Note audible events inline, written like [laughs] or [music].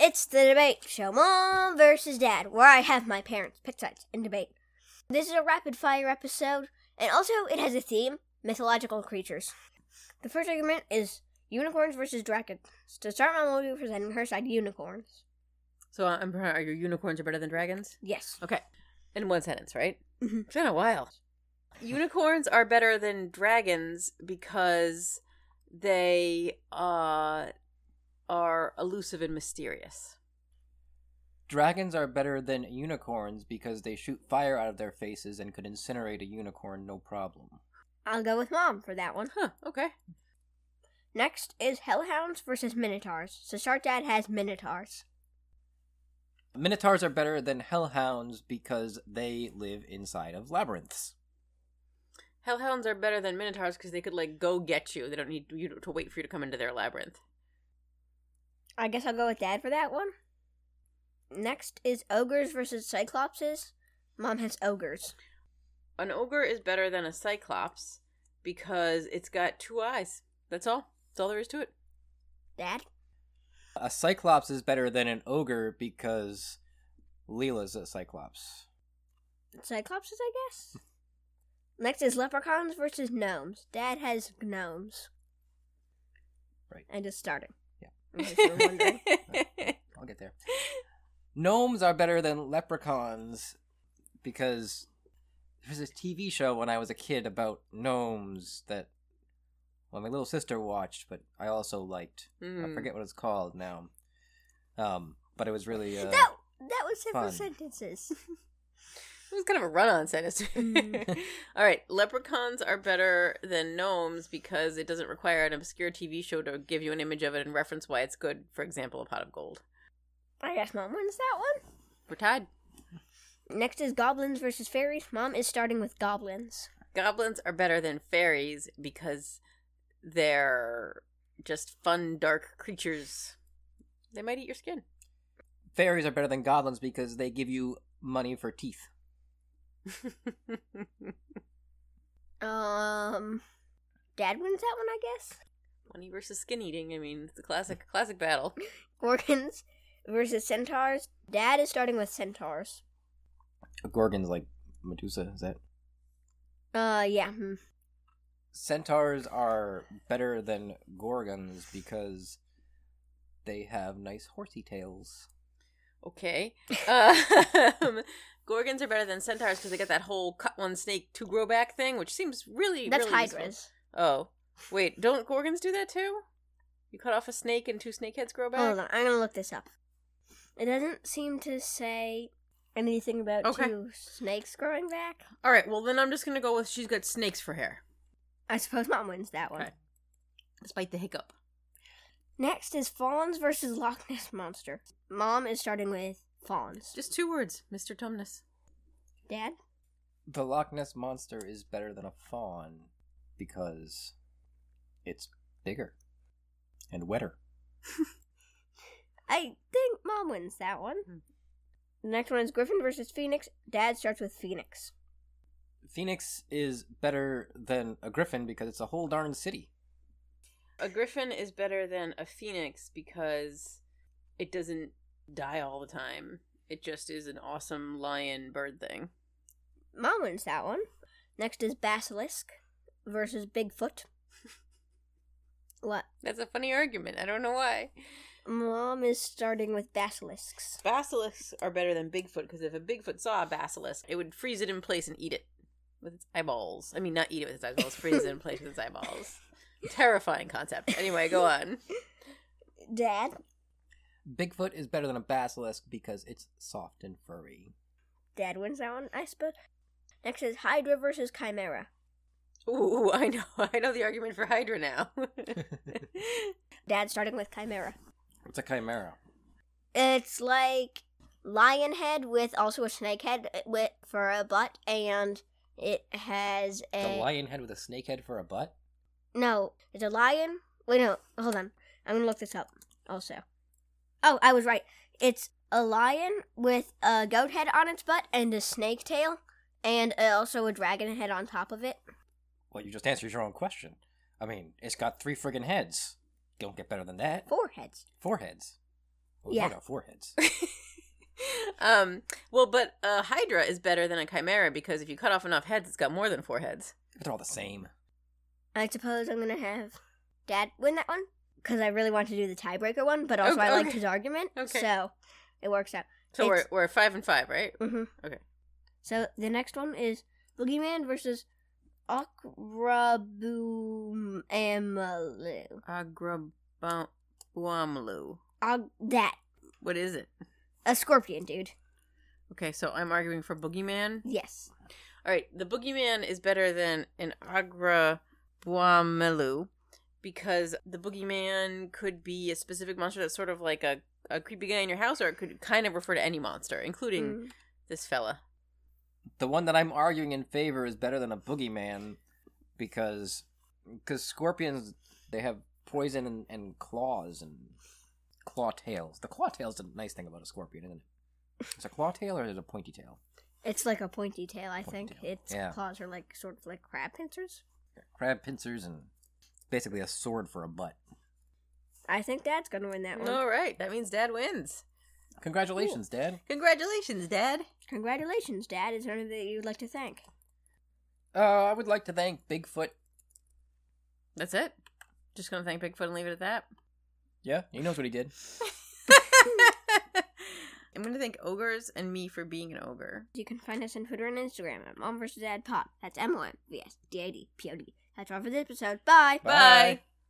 It's the debate show, Mom versus Dad, where I have my parents pick sides and debate. This is a rapid fire episode, and also it has a theme mythological creatures. The first argument is unicorns versus dragons. To start, my mom will be presenting her side unicorns. So uh, I'm are your unicorns are better than dragons? Yes. Okay. In one sentence, right? Mhm. It's been a while. Unicorns are better than dragons because they uh, are elusive and mysterious. Dragons are better than unicorns because they shoot fire out of their faces and could incinerate a unicorn no problem. I'll go with Mom for that one. Huh, okay. Next is hellhounds versus minotaurs. To start, Dad has minotaurs. Minotaurs are better than hellhounds because they live inside of labyrinths. Hellhounds are better than minotaurs because they could, like, go get you. They don't need you to- to wait for you to come into their labyrinth. I guess I'll go with Dad for that one. Next is ogres versus cyclopses. Mom has ogres. An ogre is better than a cyclops because it's got two eyes. That's all. That's all there is to it. Dad? A cyclops is better than an ogre because Leela's a cyclops. Cyclopses, I guess. Next is leprechauns versus gnomes. Dad has gnomes. Right. I just started. Yeah. In case [laughs] you were [laughs] wondering. I'll get there. Gnomes are better than leprechauns because there was a TV show when I was a kid about gnomes that well my little sister watched, but I also liked. I Mm. forget what it's called now. Um, but it was really uh, that, that was several fun. sentences. [laughs] It was kind of a run-on [laughs] sentence. Mm. All right, leprechauns are better than gnomes because it doesn't require an obscure TV show to give you an image of it and reference why it's good. For example, a pot of gold. I guess Mom wins that one. We're tied. Next is goblins versus fairies. Mom is starting with goblins. Goblins are better than fairies because they're just fun, dark creatures. They might eat your skin. [laughs] fairies are better than goblins because they give you money for teeth. Um, Dad wins that one, I guess. [laughs] Money versus skin eating. I mean, it's a classic, classic battle. Gorgons versus centaurs. Dad is starting with centaurs. Gorgon's like Medusa, is that? Uh, yeah. hmm. Centaurs are better than gorgons because they have nice horsey tails. Okay. Um, [laughs] Gorgons are better than centaurs because they got that whole cut one snake to grow back thing, which seems really That's really useful. hydras. Oh, wait, don't Gorgons do that too? You cut off a snake and two snake heads grow back. Hold on, I'm gonna look this up. It doesn't seem to say anything about Okay. two snakes growing back. All right, well then I'm just gonna go with she's got snakes for hair, I suppose mom wins that one. Okay. despite the hiccup. Next is fawns versus Loch Ness monster. Mom is starting with fawns. Just two words, Mr. Tumnus. Dad, The Loch Ness monster is better than a fawn because it's bigger and wetter. I think mom wins that one. Hmm. The next one is Griffin versus Phoenix. Dad starts with Phoenix. Phoenix is better than a griffin because it's a whole darn city. A griffin is better than a phoenix because it doesn't die all the time. It just is an awesome lion bird thing. Mom wins that one. Next is Basilisk versus Bigfoot. what? That's a funny argument. I don't know why. Mom is starting with basilisks. Basilisks are better than Bigfoot because if a Bigfoot saw a basilisk, it would freeze it in place and eat it with its eyeballs. I mean, not eat it with its eyeballs, freeze it in place with its [laughs] eyeballs. Terrifying concept. Anyway, go on. Dad, Bigfoot is better than a basilisk because it's soft and furry. Dad wins that one, I suppose. Next is Hydra versus Chimera. Ooh, I know. [laughs] I know the argument for Hydra now. [laughs] Dad starting with Chimera. It's a chimera. It's like lion head with also a snake head uh, with for a butt, and it has The a lion head with a snake head for a butt? no. It's a lion. Wait, no, hold on. I'm gonna look this up. Also, oh, I was right. It's a lion with a goat head on its butt and a snake tail, and uh, also a dragon head on top of it. Well, you just answered your own question. I mean, it's got three friggin' heads. Don't get better than that. Four heads. Four heads. Well, Yeah. I got four heads. um, well, but a Hydra is better than a Chimera because if you cut off enough heads, it's got more than four heads. They're all the same. I suppose I'm gonna have Dad win that one because I really want to do the tiebreaker one, but also I liked Oh, okay. his argument, [laughs] Okay. so it works out. So we're, It's- we're five and five, right? hmm Okay. So the next one is Boogeyman versus Akraboom Amalu. Agrabuamlu. Ag- that What is it? a scorpion dude. Okay, so I'm arguing for Boogeyman. Yes. All right, the Boogeyman is better than an Agra Buamelu because the Boogeyman could be a specific monster that's sort of like a, a creepy guy in your house, or it could kind of refer to any monster, including Mm. this fella. The one that I'm arguing in favor is better than a boogeyman because because scorpions they have poison and, and claws and claw tails. The claw tail's a nice thing about a scorpion, isn't it? Is it a claw tail or is it a pointy tail? It's like a pointy tail, I Pointy think. tail. Its Yeah. claws are like sort of like crab pincers. Crab pincers and basically a sword for a butt. I think Dad's gonna win that one. All right, that means Dad wins. Congratulations, Dad. Congratulations, Dad. Congratulations, Dad. Is there anything that you'd like to thank? Uh, I would like to thank Bigfoot. That's it. Just gonna thank Bigfoot and leave it at that. [laughs] Yeah, he knows what he [laughs] did. I'm gonna thank ogres and me for being an ogre. You can find us on Twitter and Instagram at Mom vs. Dad Pod. That's M O M V S D A D P O D. That's all for this episode. Bye. Bye.